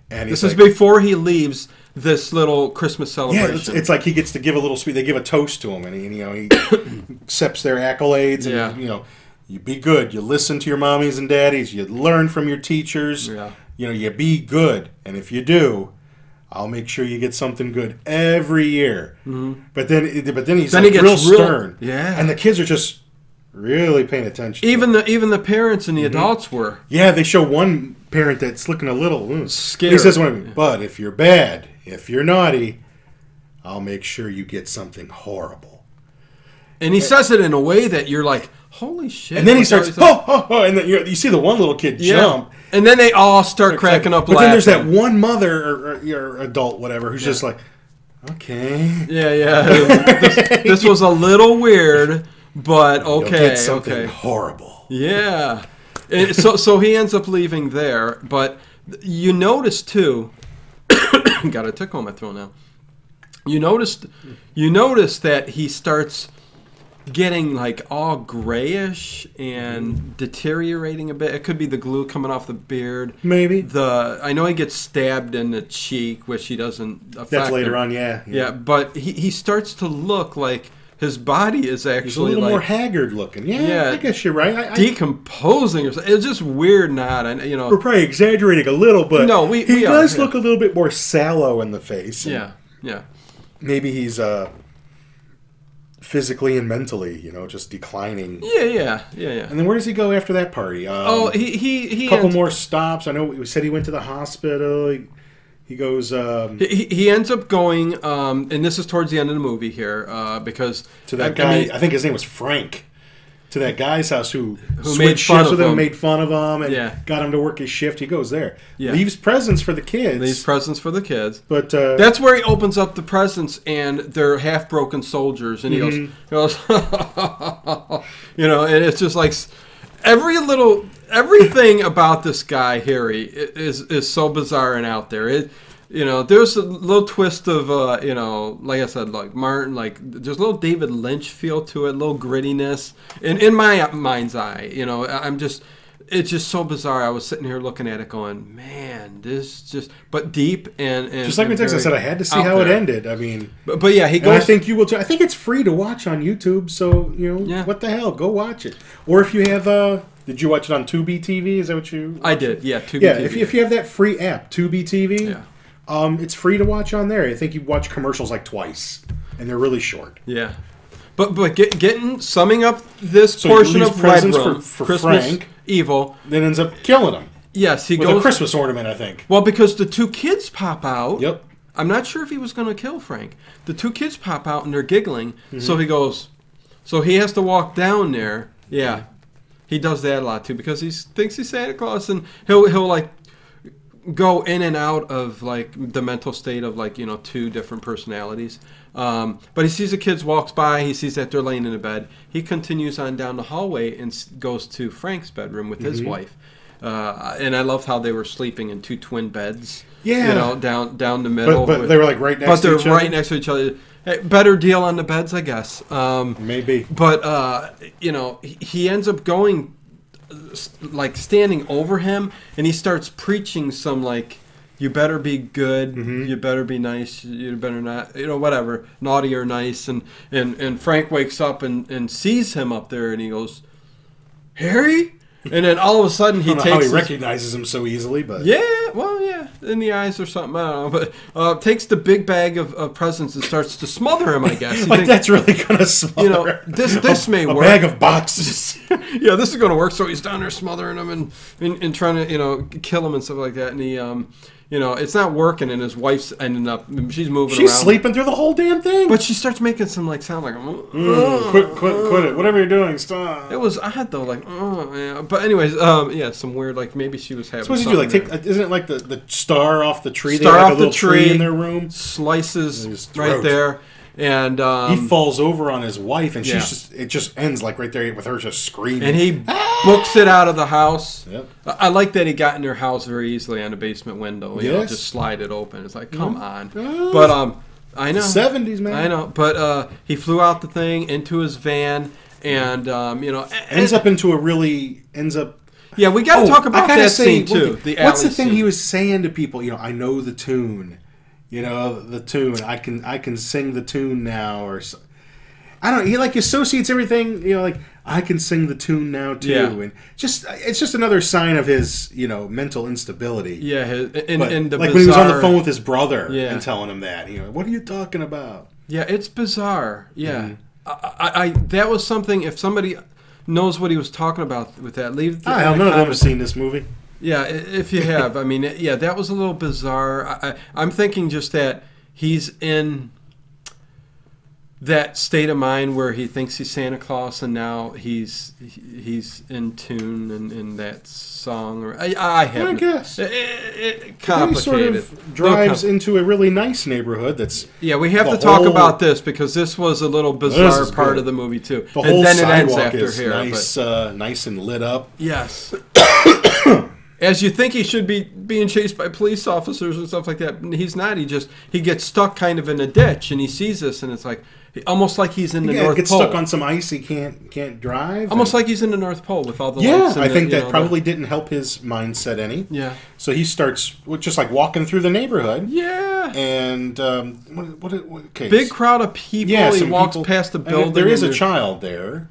B: and he's
A: this is
B: like,
A: before he leaves this little Christmas
B: yeah,
A: celebration.
B: it's, it's like he gets to give a little speech. They give a toast to him, and he, and, you know he accepts their accolades, and
A: Yeah.
B: you know, you be good, you listen to your mommies and daddies, you learn from your teachers,
A: Yeah.
B: you know, you be good, and if you do. I'll make sure you get something good every year, but then, but then he's
A: Mm-hmm. Then
B: like
A: he
B: real,
A: gets real-
B: stern,
A: yeah.
B: and the kids are just really paying attention. to him.
A: even the even the parents and the
B: Mm-hmm.
A: adults were.
B: Yeah, they show one parent that's looking a little mm.
A: Scared.
B: He says one of them, but if you're bad, if you're naughty, I'll make sure you get something horrible.
A: And he says it in a way that you're like, holy shit.
B: And then he
A: That's how
B: starts, ho, ho, ho, and then you you see the one little kid
A: Yeah.
B: jump.
A: And then they all start cracking up
B: But then there's that
A: laughing.
B: one mother or, or, or adult, whatever, who's just like, okay,
A: Yeah, yeah. this, this was a little weird, but
B: you'll
A: okay,
B: get something
A: okay.
B: horrible.
A: Yeah. And so so he ends up leaving there, but you notice too. got a tickle on my throat now. You noticed you notice that he starts getting like all grayish and deteriorating a bit. It could be the glue coming off the beard.
B: Maybe.
A: The I know he gets stabbed in the cheek, which he doesn't affect.
B: That's later
A: him.
B: on, yeah.
A: Yeah, but he, he starts to look like his body is
B: He's a
A: actually
B: little
A: like
B: more haggard looking. Yeah,
A: Yeah.
B: I guess you're right. I, I,
A: decomposing or something. It's just weird, not and you
B: we're
A: know.
B: probably exaggerating a little, but
A: No, we-
B: he
A: we are,
B: does
A: yeah.
B: look a little bit more sallow in the face. and
A: Yeah, yeah,
B: maybe he's uh physically and mentally you know just declining
A: yeah, yeah, yeah, yeah.
B: and then where does he go after that party um,
A: Oh, he he he.
B: a couple
A: ends,
B: more stops i know we said he went to the hospital he, he goes um,
A: He, he ends up going, um, and this is towards the end of the movie here, uh, because
B: to
A: I-
B: that
A: I
B: guy I,
A: mean,
B: think his name was frank to that guy's house who,
A: Who
B: switched
A: made fun
B: shifts
A: of
B: with him,
A: him.
B: made fun of him and
A: Yeah.
B: got him to work his shift he goes there
A: Yeah.
B: leaves presents for the kids
A: these presents for the kids.
B: but uh,
A: That's where he opens up the presents, and they're half broken soldiers, and he goes,
B: Mm-hmm.
A: he goes, you know, and it's just like s- every little everything about this guy Harry i- is is so bizarre and out there. It, you know, there's a little twist of, uh, you know, like I said, like Martin, like there's a little David Lynch feel to it, a little grittiness, and in my mind's eye, you know, I- I'm just it's just so bizarre. I was sitting here looking at it, going, "Man, this just." But deep and, and
B: just like
A: and
B: in Texas, I said,
A: very
B: I had to see
A: out
B: how it
A: there.
B: ended. I mean,
A: But, but yeah, he
B: And I
A: goes.
B: think you will too. I think it's free to watch on YouTube, so you know
A: Yeah.
B: what the hell, go watch it. Or if you have, uh, did you watch it on Tubi TV? Is that what you?
A: I did, yeah. Tubi
B: yeah,
A: TV.
B: If, if you have that free app, Tubi TV,
A: Yeah.
B: um, it's free to watch on there. I think you watch commercials like twice, and they're really short.
A: yeah. But but get, getting summing up this
B: So he
A: portion
B: leaves
A: of Red
B: presents
A: Room,
B: for- for
A: Christmas
B: Frank.
A: Evil.
B: Then ends up killing him
A: Yes, he
B: with a
A: goes.
B: Christmas ornament, I think.
A: well, because the two kids pop out.
B: Yep.
A: I'm not sure if he was going to kill Frank. The two kids pop out and they're giggling. So he goes, so he has to walk down there. Yeah, he does that a lot too because he thinks he's Santa Claus and he'll he'll like go in and out of like the mental state of like you know two different personalities. Um, but he sees the kids walks by. He sees that they're laying in a bed. He continues on down the hallway and s- goes to Frank's bedroom with his wife. Uh, and I loved how they were sleeping in two twin beds.
B: Yeah.
A: you know down down the middle.
B: But, but
A: with-
B: they were like right next
A: but they're
B: to each
A: right
B: other.
A: next to each other. Eh, Better deal on the beds, I guess. Um,
B: Maybe.
A: but uh, you know, he- he ends up going uh, s- like standing over him, and he starts preaching some like, "You better be good.
B: Mm-hmm.
A: You better be nice. You better not. You know, whatever, naughty or nice." And and and Frank wakes up and and sees him up there, and he goes, "Harry." And then all of a sudden he
B: I don't
A: takes
B: know how he
A: his-
B: recognizes him so easily, but
A: yeah, well, yeah, in the eyes or something. I don't know, but uh, takes the big bag of, of presents and starts to smother him. I guess. You
B: like
A: think,
B: that's really gonna smother.
A: you know, this this may
B: a
A: work.
B: bag of boxes.
A: yeah, this is going to work. So he's down there smothering him and, and and trying to you know kill him and stuff like that. And he um, you know, it's not working. And his wife's ending up. She's moving.
B: She's
A: around.
B: sleeping through the whole damn thing.
A: But she starts making some like sound like. "Uh, "Ugh."
B: quit, quit, quit it. Whatever you're doing, stop.
A: It was odd though, like, oh yeah. But anyways, um, yeah, some weird, like maybe she was having.
B: What did you do? Like,
A: something
B: take isn't it like the, the star off the tree?
A: Star
B: they have
A: off
B: like a
A: the
B: little tree
A: tree.
B: in their room. his
A: slices
B: throat.
A: right there, and um,
B: he falls over on his wife, and
A: yeah.
B: she's just it just ends like right there with her just screaming.
A: and he books it out of the house.
B: Ah! Yep.
A: I I like that he got in their house very easily on the basement window. You know,
B: Yes.
A: just slide it open. It's like, come
B: Ah.
A: on. But um, I know.
B: seventies man
A: I know. But uh, he flew out the thing into his van, and um, you know,
B: ends up into a really ends up.
A: Yeah, we
B: Oh,
A: got to talk about
B: gotta
A: that
B: say,
A: scene too.
B: what- what's
A: alley
B: the thing
A: scene.
B: he was saying to people? You know, I know the tune. You know the tune. I can I can sing the tune now, or so- I don't. He like associates everything. You know, like I can sing the tune now too,
A: Yeah.
B: and just it's just another sign of his you know mental instability.
A: Yeah, his, and,
B: But,
A: and the
B: like
A: bizarre,
B: when he was on the phone with his brother
A: Yeah.
B: and telling him that, you know, what are you talking about?
A: Yeah, it's bizarre. Yeah,
B: Mm-hmm.
A: I, I, I that was something. If somebody knows what he was talking about with that, leave. the-
B: I
A: in
B: hell,
A: the
B: none of them have
A: comments.
B: seen this movie.
A: Yeah, i- if you have, I mean, yeah, that was a little bizarre. I, I, I'm thinking just that he's in that state of mind where he thinks he's Santa Claus, and now he's he- he's in tune and in, that song. Or I, I
B: I
A: have
B: guess.
A: It, it, it
B: Then he
A: complicated.
B: sort
A: Little
B: of drives
A: compli-
B: into a really nice neighborhood that's
A: yeah, we have
B: the
A: to talk
B: whole-
A: about this because this was a little
B: is
A: bizarre part
B: good.
A: of the movie too.
B: the
A: and
B: whole
A: then it
B: sidewalk
A: ends after
B: is
A: here. but-
B: nice, uh, nice and lit up.
A: Yes. As you think he should be being chased by police officers and stuff like that, he's not. He just he gets stuck kind of in a ditch, and he sees this, and it's like almost like he's in the
B: Yeah,
A: North
B: gets
A: Pole.
B: stuck on some ice. He can't can't drive.
A: almost
B: and-
A: like he's in the North Pole with all the
B: yeah.
A: lights. and
B: I
A: the-
B: think
A: you
B: that
A: know, the-
B: probably didn't help his mindset any.
A: yeah,
B: So he starts with just like walking through the neighborhood.
A: yeah.
B: And um, what, what, what okay,
A: Big crowd of people.
B: yeah,
A: he
B: some
A: walks
B: people-
A: past the
B: and
A: building.
B: There is
A: and
B: a
A: there's
B: child there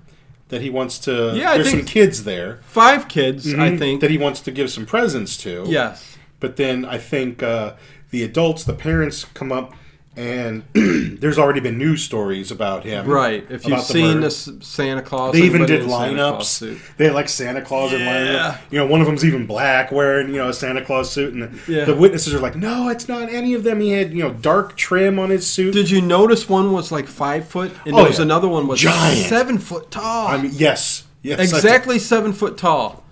B: that he wants to.
A: Yeah, I
B: there's
A: think-
B: some kids there.
A: Five kids, I think.
B: Mm-hmm, that he Mm-hmm. wants to give some presents to.
A: yes.
B: But then I think uh, the adults, the parents, come up, and there's already been news stories about him.
A: Right. If you've
B: about the
A: seen
B: murder.
A: this Santa Claus,
B: They even
A: everybody
B: did
A: in a Santa Claus
B: lineups.
A: suit.
B: They had like Santa Claus in
A: Yeah.
B: lineup. You know, one of them's even black, wearing you know a Santa Claus suit, and the,
A: Yeah.
B: the witnesses are like, "No, it's not any of them." He had you know dark trim on his suit.
A: Did you notice one was like five foot, and
B: Oh,
A: there was
B: yeah.
A: another one was
B: Giant.
A: seven foot tall.
B: I mean, yes, yes, I-
A: exactly seven foot tall.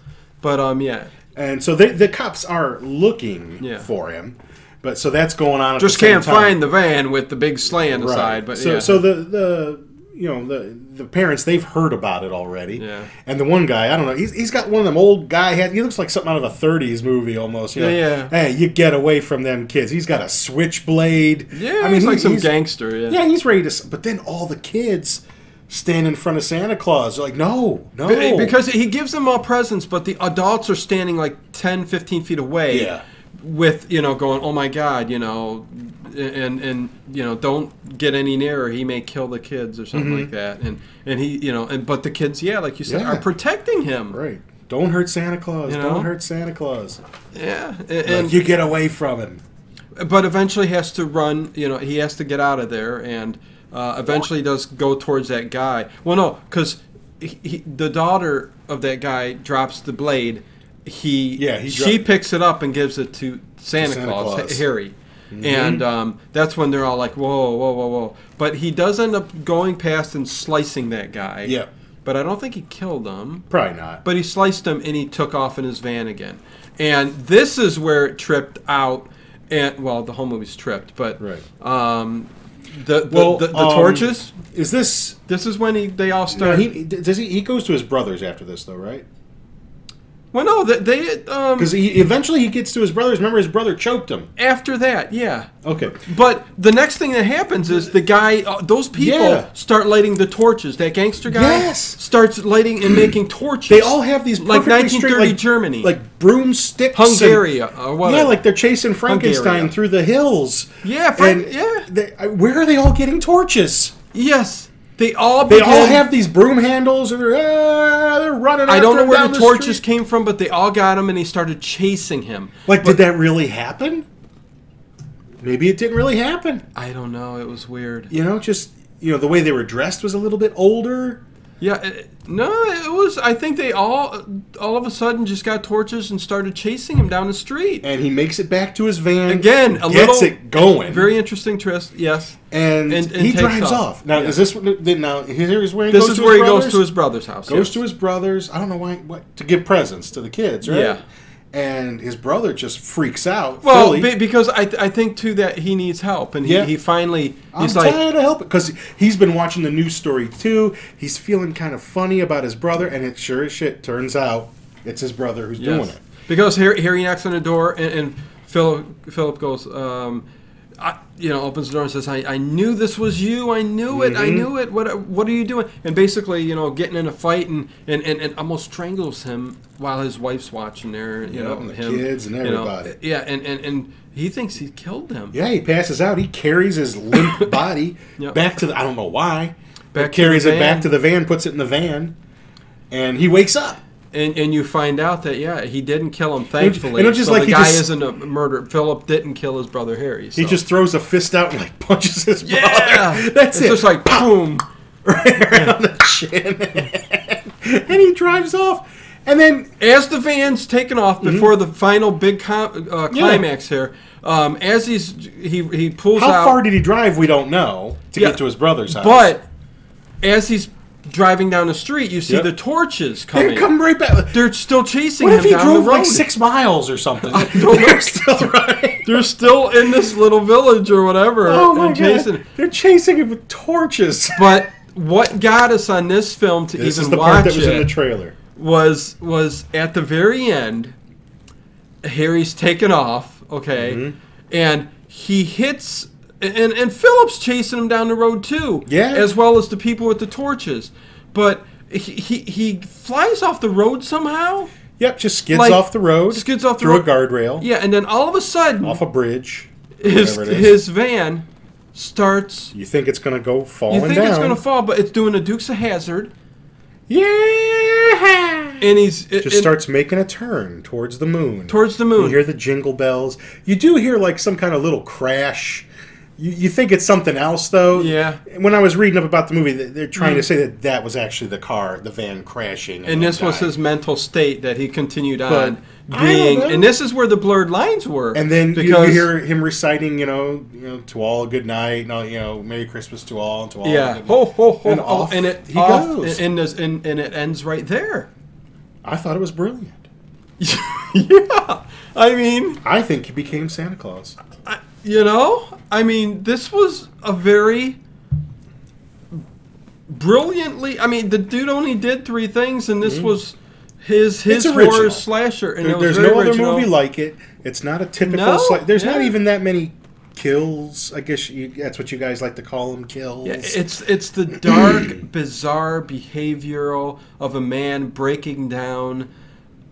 A: But um, yeah,
B: And so they, the cops are looking
A: Yeah.
B: for him, but so that's going on. At
A: just
B: the same
A: can't
B: time.
A: find the van with the big sleigh on the side. But
B: so,
A: yeah,
B: so the the you know the the parents they've heard about it already.
A: Yeah.
B: And the one guy, I don't know, he's, he's got one of them old guy head. He looks like something out of a '30s movie almost. You know?
A: Yeah, yeah.
B: Hey, you get away from them kids. He's got a switchblade.
A: yeah, I mean, he's like some
B: he's-
A: gangster. Yeah,
B: Yeah, he's ready to. s- But then all the kids stand in front of Santa Claus. They're like, no, no,
A: Be- eh, because he gives them all presents, but the adults are standing like 10, 15 feet away.
B: Yeah.
A: With you know, going, oh my God, you know, and and you know, don't get any nearer. He may kill the kids or something like that. And and he, you know, and but the kids, yeah, like you said,
B: Mm-hmm. Yeah.
A: are protecting him.
B: right. Don't hurt Santa Claus.
A: You know?
B: Don't hurt Santa Claus.
A: Yeah. And,
B: Like,
A: and-
B: you get away from him.
A: but eventually has to run. You know, he has to get out of there, and uh, eventually does go towards that guy. Well, no, because he, he, the daughter of that guy drops the blade. He
B: Yeah, he
A: she
B: dro-
A: picks it up and gives it to Santa,
B: Santa
A: Claus,
B: Claus. Mm-hmm.
A: H- Harry. and um, that's when they're all like, "Whoa, whoa, whoa, whoa!" But he does end up going past and slicing that guy.
B: Yeah.
A: But I don't think he killed him.
B: Probably not.
A: But he sliced him and he took off in his van again. And this is where it tripped out. And well, the whole movie's tripped, but
B: Right.
A: um, the the,
B: Well,
A: the, the
B: um,
A: torches.
B: Is this?
A: This is when he they all
B: No,
A: start.
B: he d- does he? He goes to his brothers after this, though, right?
A: well, no, they, they um,
B: Because he, eventually he gets to his brothers. Remember, his brother choked him.
A: after that, yeah.
B: Okay.
A: But the next thing that happens is the guy, uh, those people
B: Yeah.
A: start lighting the torches. That gangster guy
B: Yes.
A: starts lighting and making torches.
B: They all have these
A: like
B: perfectly straight,
A: 1930
B: like-
A: Germany,
B: like broomsticks, and-
A: Hungary, or whatever.
B: Yeah, like they're chasing Frankenstein
A: Hungary.
B: through the hills.
A: Yeah, Frank-
B: and
A: yeah.
B: They, I- where are they all getting torches?
A: yes, they all
B: They
A: begin,
B: all have these broom handles, and they're, ah, they're running.
A: I don't
B: after
A: know
B: him
A: where
B: down
A: the
B: the
A: torches
B: street.
A: came from, but they all got him, and he started chasing him.
B: Like, did that really happen? Maybe it didn't really happen.
A: I don't know. It was weird.
B: You know, just you know, the way they were dressed was a little bit older.
A: Yeah, it, no, it was. I think they all, all of a sudden, just got torches and started chasing him down the street.
B: And he makes it back to his van
A: Again, a
B: gets
A: little-
B: it going.
A: Very interesting twist. Yes.
B: and,
A: and- and
B: he
A: takes
B: drives
A: off.
B: off. Now
A: Yeah.
B: is this what- then now here's where he
A: This
B: goes
A: is
B: to
A: where he
B: his
A: goes
B: brothers?
A: to his brother's house.
B: goes
A: yes.
B: to his brothers. I don't know why what to give presents to the kids, right?
A: Yeah.
B: And his brother just freaks out.
A: Well,
B: Philly,
A: be, because I, I think too that he needs help, and he,
B: Yeah.
A: he finally
B: I'm
A: he's like,
B: tired of helping because he's been watching the news story too. He's feeling kind of funny about his brother, and it sure as shit turns out it's his brother who's
A: Yes.
B: doing it.
A: because here here he knocks on the door, and, and Philip Philip goes, um, I, you know, opens the door and says, I, I knew this was you, I knew it, I
B: Mm-hmm.
A: knew it. What what are you doing? And basically, you know, getting in a fight and and, and, and almost strangles him while his wife's watching there. You
B: Yep,
A: know,
B: and the
A: him,
B: kids and
A: you know.
B: everybody.
A: yeah, and, and and he thinks he killed them.
B: Yeah, he passes out. He carries his limp body
A: Yep.
B: back to the. I don't know why.
A: Back
B: but
A: to the
B: carries it back
A: van.
B: to the van, puts it in the van, and he wakes up.
A: And, and you find out that yeah he didn't kill him thankfully.
B: and it's just
A: so
B: like
A: the
B: he
A: guy
B: just-
A: isn't a murderer. Philip didn't kill his brother Harry.
B: He
A: so-
B: just throws a fist out and like punches his
A: yeah.
B: brother. That's
A: it's
B: it.
A: just like boom.
B: right around the chin. and he drives off. And then
A: As the van's taken off
B: Mm-hmm.
A: before the final big com- uh, climax here, um, as he's he he pulls
B: how
A: out,
B: far did he drive? We don't know to
A: Yeah.
B: get to his brother's house.
A: but as he's driving down the street, you see
B: Yep.
A: the torches
B: they
A: coming.
B: come right back.
A: They're still chasing
B: What
A: him
B: if he
A: down
B: drove
A: the road.
B: like six miles or something?
A: don't know.
B: They're still running.
A: They're still in this little village or whatever,
B: Oh my
A: and chasing.
B: god! They're chasing him with torches.
A: But what got us on this film to
B: This
A: even
B: is the
A: watch
B: part that was
A: it
B: in the trailer.
A: was was at the very end. Harry's taken off, okay,
B: Mm-hmm.
A: and he hits and and Phillips chasing him down the road too,
B: Yeah.
A: as well as the people with the torches, but. He, he, he flies off the road somehow.
B: Yep, just skids
A: Like,
B: off the road.
A: skids off the
B: through
A: road.
B: a guardrail.
A: Yeah, and then all of a sudden,
B: Off a bridge.
A: his
B: whatever it is.
A: his van starts.
B: You think it's gonna go falling
A: You think
B: down?
A: it's gonna fall, but it's doing the Dukes of Hazard,
B: Yeah.
A: and he's
B: just
A: and-
B: starts making a turn towards the moon.
A: towards the moon.
B: You hear the jingle bells. You do hear like some kind of little crash. You, you think it's something else though.
A: Yeah. Hmm.
B: When I was reading up about the movie, they- they're trying to say that that was actually the car, the van crashing.
A: And
B: then
A: this was
B: died.
A: his mental state that he continued on
B: I don't
A: being.
B: know.
A: And this is where the blurred lines were.
B: And then you, you
A: because
B: hear him reciting, you know, you know, to all good night, and all, you know, Merry Christmas to all, and to all.
A: yeah, Oh. ho
B: good night.
A: ho ho,
B: And
A: and,
B: off
A: and it
B: he
A: off,
B: goes.
A: And, and, this- and- and it ends right there.
B: I thought it was brilliant.
A: yeah, I mean,
B: I think he became Santa Claus.
A: I, you know, I mean, this was a very brilliantly. I mean, the dude only did three things, and this was his his
B: Mm-hmm. It's
A: horror
B: original.
A: slasher. And
B: There-
A: it was
B: there's
A: very
B: no other
A: original.
B: movie like it. It's not a typical.
A: No?
B: sli- there's not
A: Yeah.
B: even that many kills. I guess you, that's what you guys like to call them kills.
A: Yeah, it's it's the dark, bizarre behavioral of a man breaking down,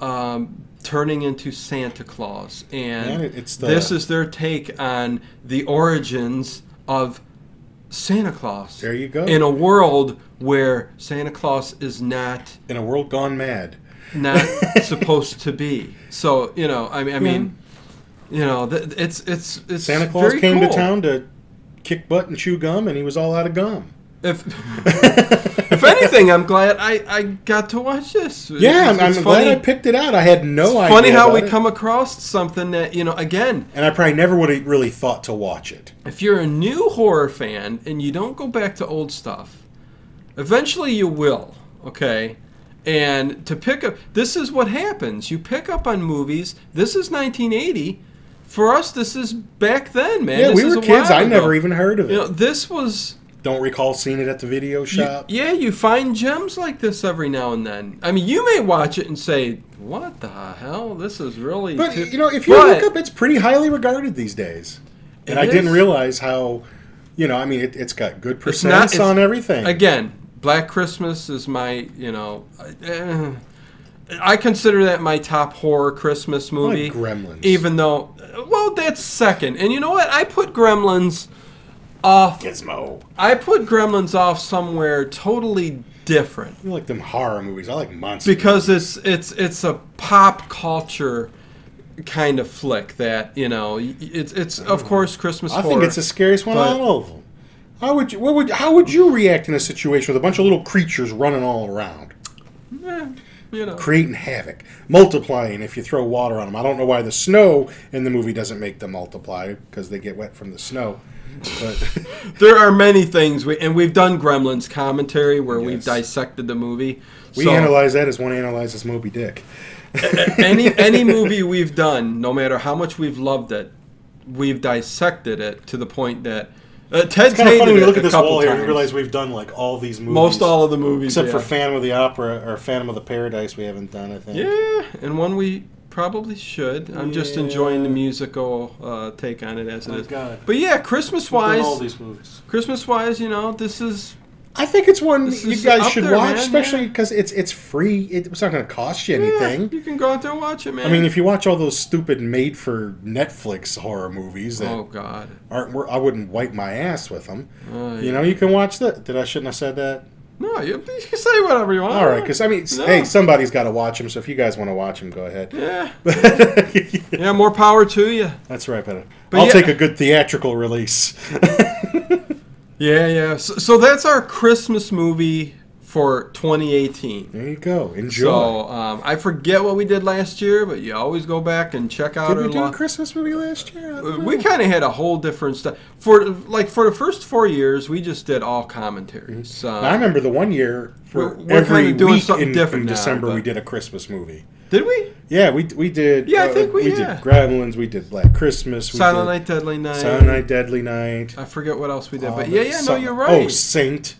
A: um, turning into Santa Claus, and
B: Man, it- it's the-
A: this is their take on the origins of Santa Claus.
B: There you go.
A: In a world where Santa Claus is not
B: in a world gone mad.
A: not supposed to be. So you know, I mean, I mean, you know, th- it's it's it's
B: Santa Claus
A: very
B: came
A: cool.
B: to town to kick butt and chew gum, and he was all out of gum.
A: If if anything, I'm glad I, I got to watch this.
B: Yeah,
A: It's-
B: I'm,
A: it's
B: I'm
A: funny-
B: glad I picked it out. I had no
A: it's
B: idea.
A: funny how
B: about
A: we
B: it.
A: come across something that you know. Again,
B: And I probably never would have really thought to watch it.
A: if you're a new horror fan and you don't go back to old stuff, eventually you will, okay? And to pick up, this is what happens. You pick up on movies. This is 1980. For us, this is back then, man.
B: Yeah,
A: This
B: we
A: is
B: were
A: a
B: kids.
A: while
B: I
A: ago.
B: never even heard of it.
A: You know, this was.
B: Don't recall seeing it at the video
A: You,
B: shop.
A: yeah, you find gems like this every now and then. I mean, you may watch it and say, "What the hell? This is really."
B: but
A: too-"
B: you know, if you
A: But-
B: look up, it's pretty highly regarded these days. And
A: It
B: I didn't
A: is.
B: realize how, you know, I mean, it, it's got good
A: It's not-
B: percents
A: it's-
B: on everything.
A: Again, Black Christmas is my, you know, eh, I consider that my top horror Christmas
B: I like
A: movie.
B: Gremlins.
A: Even though, well, that's second. And you know what? I put Gremlins off.
B: Gizmo.
A: I put Gremlins off somewhere totally different
B: You like them horror movies. I like monsters.
A: because it's it's it's a pop culture kind of flick that you know y- it's it's of course Christmas.
B: Mm. I think
A: horror.
B: it's the scariest one
A: but-
B: out of all of them. How would you? What would? How would you react in a situation with a bunch of little creatures running all around,
A: Eh, you know.
B: creating havoc, multiplying if you throw water on them? I don't know why the snow in the movie doesn't make them multiply because they get wet from the snow. But
A: There are many things, we, and we've done Gremlins commentary where we've
B: Yes.
A: dissected the movie.
B: we
A: so
B: analyze that as one analyzes Moby Dick.
A: any any movie we've done, no matter how much we've loved it, we've dissected it to the point that uh, Ted's
B: Kind of
A: hated
B: funny when
A: it
B: you look at
A: a
B: this
A: couple
B: wall here and
A: times.
B: you realize we've done like all these movies.
A: most all of the movies,
B: except for
A: yeah.
B: Phantom of the Opera or Phantom of the Paradise, we haven't done. I think.
A: yeah, and one we probably should. I'm just
B: Yeah.
A: enjoying the musical uh, take on it as it
B: My
A: is.
B: God.
A: But yeah, Christmas
B: We've done all
A: wise,
B: these movies.
A: Christmas wise, you know, this is
B: I think it's one
A: This
B: you
A: is
B: guys
A: up
B: should
A: there,
B: watch,
A: man,
B: especially
A: yeah.
B: because it's it's free. It, it's not going to cost you
A: yeah,
B: anything.
A: you can go out there and watch it, man.
B: I mean, if you watch all those stupid made for Netflix horror movies that
A: oh god,
B: aren't, wor- I wouldn't wipe my ass with them.
A: Oh,
B: You know, you can watch that. Did I shouldn't have said that?
A: No, you, you can say whatever you want.
B: All right, because I mean, s-
A: No.
B: hey, somebody's got to watch them. So if you guys want to watch them, go ahead.
A: yeah, yeah, more power to you.
B: That's right, but,
A: But
B: I'll
A: yeah-
B: take a good theatrical release.
A: Yeah, yeah. So, so that's our Christmas movie for 2018.
B: there you go. Enjoy.
A: So um, I forget what we did last year, but you always go back and check out
B: Did
A: our.
B: we do
A: lo- Uh,
B: a Christmas movie last year? I don't
A: we
B: know.
A: kind of had a whole different stuff for like for the first four years. We just did all commentaries. So
B: Mm. I remember the one year for
A: We're- we're
B: every
A: kinda doing
B: week
A: something
B: in,
A: different
B: in
A: now,
B: December we
A: but-
B: did a Christmas movie.
A: did we?
B: Yeah, we we did.
A: Yeah, I think we-
B: did
A: yeah.
B: Gremlins. We did Black Christmas. We
A: Silent
B: did
A: Night, Deadly Night.
B: Silent Night, Deadly Night.
A: I forget what else we did,
B: all
A: but
B: the-
A: yeah, yeah. No,
B: some-
A: you're
B: Oh,
A: right.
B: Saint,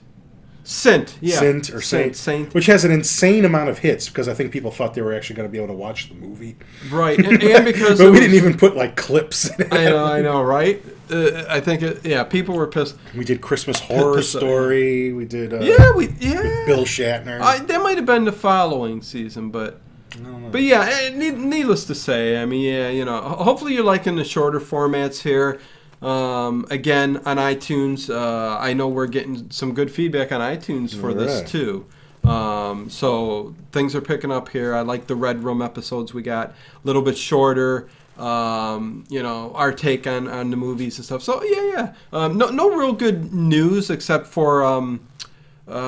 A: Sint. Yeah.
B: Saint, or Saint,
A: Saint.
B: which has an insane amount of hits because I think people thought they were actually going to be able to watch the movie.
A: Right, and, and because
B: but
A: it
B: we
A: was-
B: didn't even put like clips. In it.
A: I know, I know, right? Uh, I think, it, yeah, people were pissed.
B: We did Christmas Horror
A: Episode.
B: Story. We did uh,
A: Yeah, we, yeah.
B: Bill Shatner.
A: I, that might have been the following season, but,
B: I don't know.
A: but yeah. eh, Need, needless to say, I mean, yeah, you know. ho- Hopefully, you're liking the shorter formats here. Um, again, on iTunes, uh, I know we're getting some good feedback on iTunes for
B: Alright.
A: this too. Um, so things are picking up here. I like the Red Room episodes we got a little bit shorter. Um, you know, our take on, on the movies and stuff. So yeah, yeah. Um, no, no real good news except for um,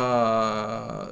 A: uh,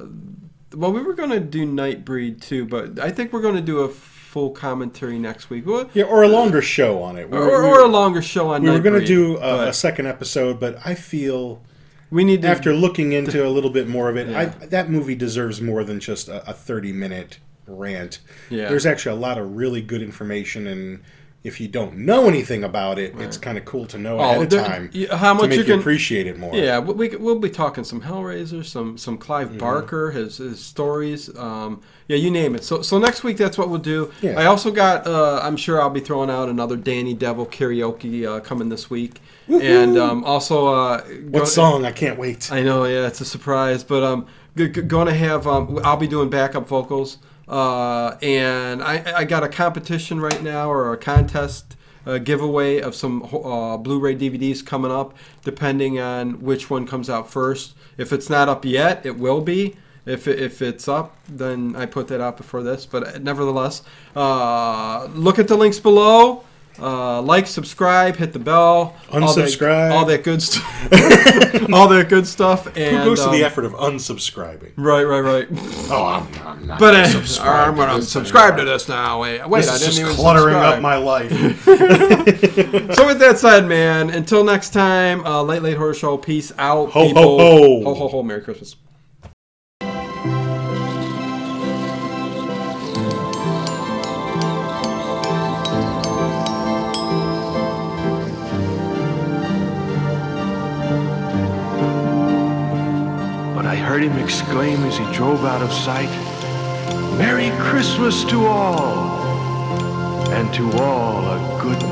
A: well, we were gonna do Nightbreed too, but I think we're gonna do a full commentary next week. Well,
B: yeah, or a longer show on it. We were-
A: Or,
B: we
A: or a
B: were-
A: longer show on.
B: we were going
A: Nightbreed,
B: to do uh, a, a
A: but
B: second episode, but I feel
A: we need to
B: after looking into a little bit more of it, I,
A: Yeah.
B: that movie deserves more than just a, a 30 minute rant.
A: Yeah.
B: There's actually a lot of really good information, and if you don't know anything about it, it's kind of cool to know ahead of
A: Oh, there-
B: time
A: y- How
B: to
A: much
B: make
A: you
B: you,
A: can
B: appreciate it more.
A: Yeah, we, we- we'll be talking some Hellraiser, some some Clive Barker, his, his stories. Um, yeah, you name it. So so next week that's what we'll do.
B: Yeah.
A: I also got. Uh, I'm sure I'll be throwing out another Danny Devil karaoke uh, coming this week, and um, also uh,
B: What
A: go-
B: song? I can't wait.
A: I know, yeah, it's a surprise, but um, g- g- gonna have um, I'll be doing backup vocals, uh, and I I got a competition right now or a contest. uh giveaway of some uh, Blu-ray DVDs coming up, depending on which one comes out first. If it's not up yet, it will be. If, it, if it's up, uh, then I put that out before this. But nevertheless, uh, look at the links below. Uh, like, subscribe, hit the bell, all that-
B: Unsubscribe.
A: all that good stuff, all that good stuff, and
B: Who goes to
A: um,
B: the effort of unsubscribing?
A: right, right, right.
B: Oh, I'm, I'm not.
A: But
B: gonna
A: uh,
B: subscribe
A: I'm gonna
B: this
A: subscribe to
B: anymore.
A: this uh, now. Wait, wait, I
B: This
A: didn't
B: is
A: even
B: just cluttering up
A: subscribe.
B: my life.
A: So with that said, man, until next time, uh, late late horror show. Peace out,
B: Ho, ho,
A: people.
B: ho.
A: ho ho ho! Merry Christmas.
C: but I heard him exclaim as he drove out of sight, Merry Christmas to all, and to all a good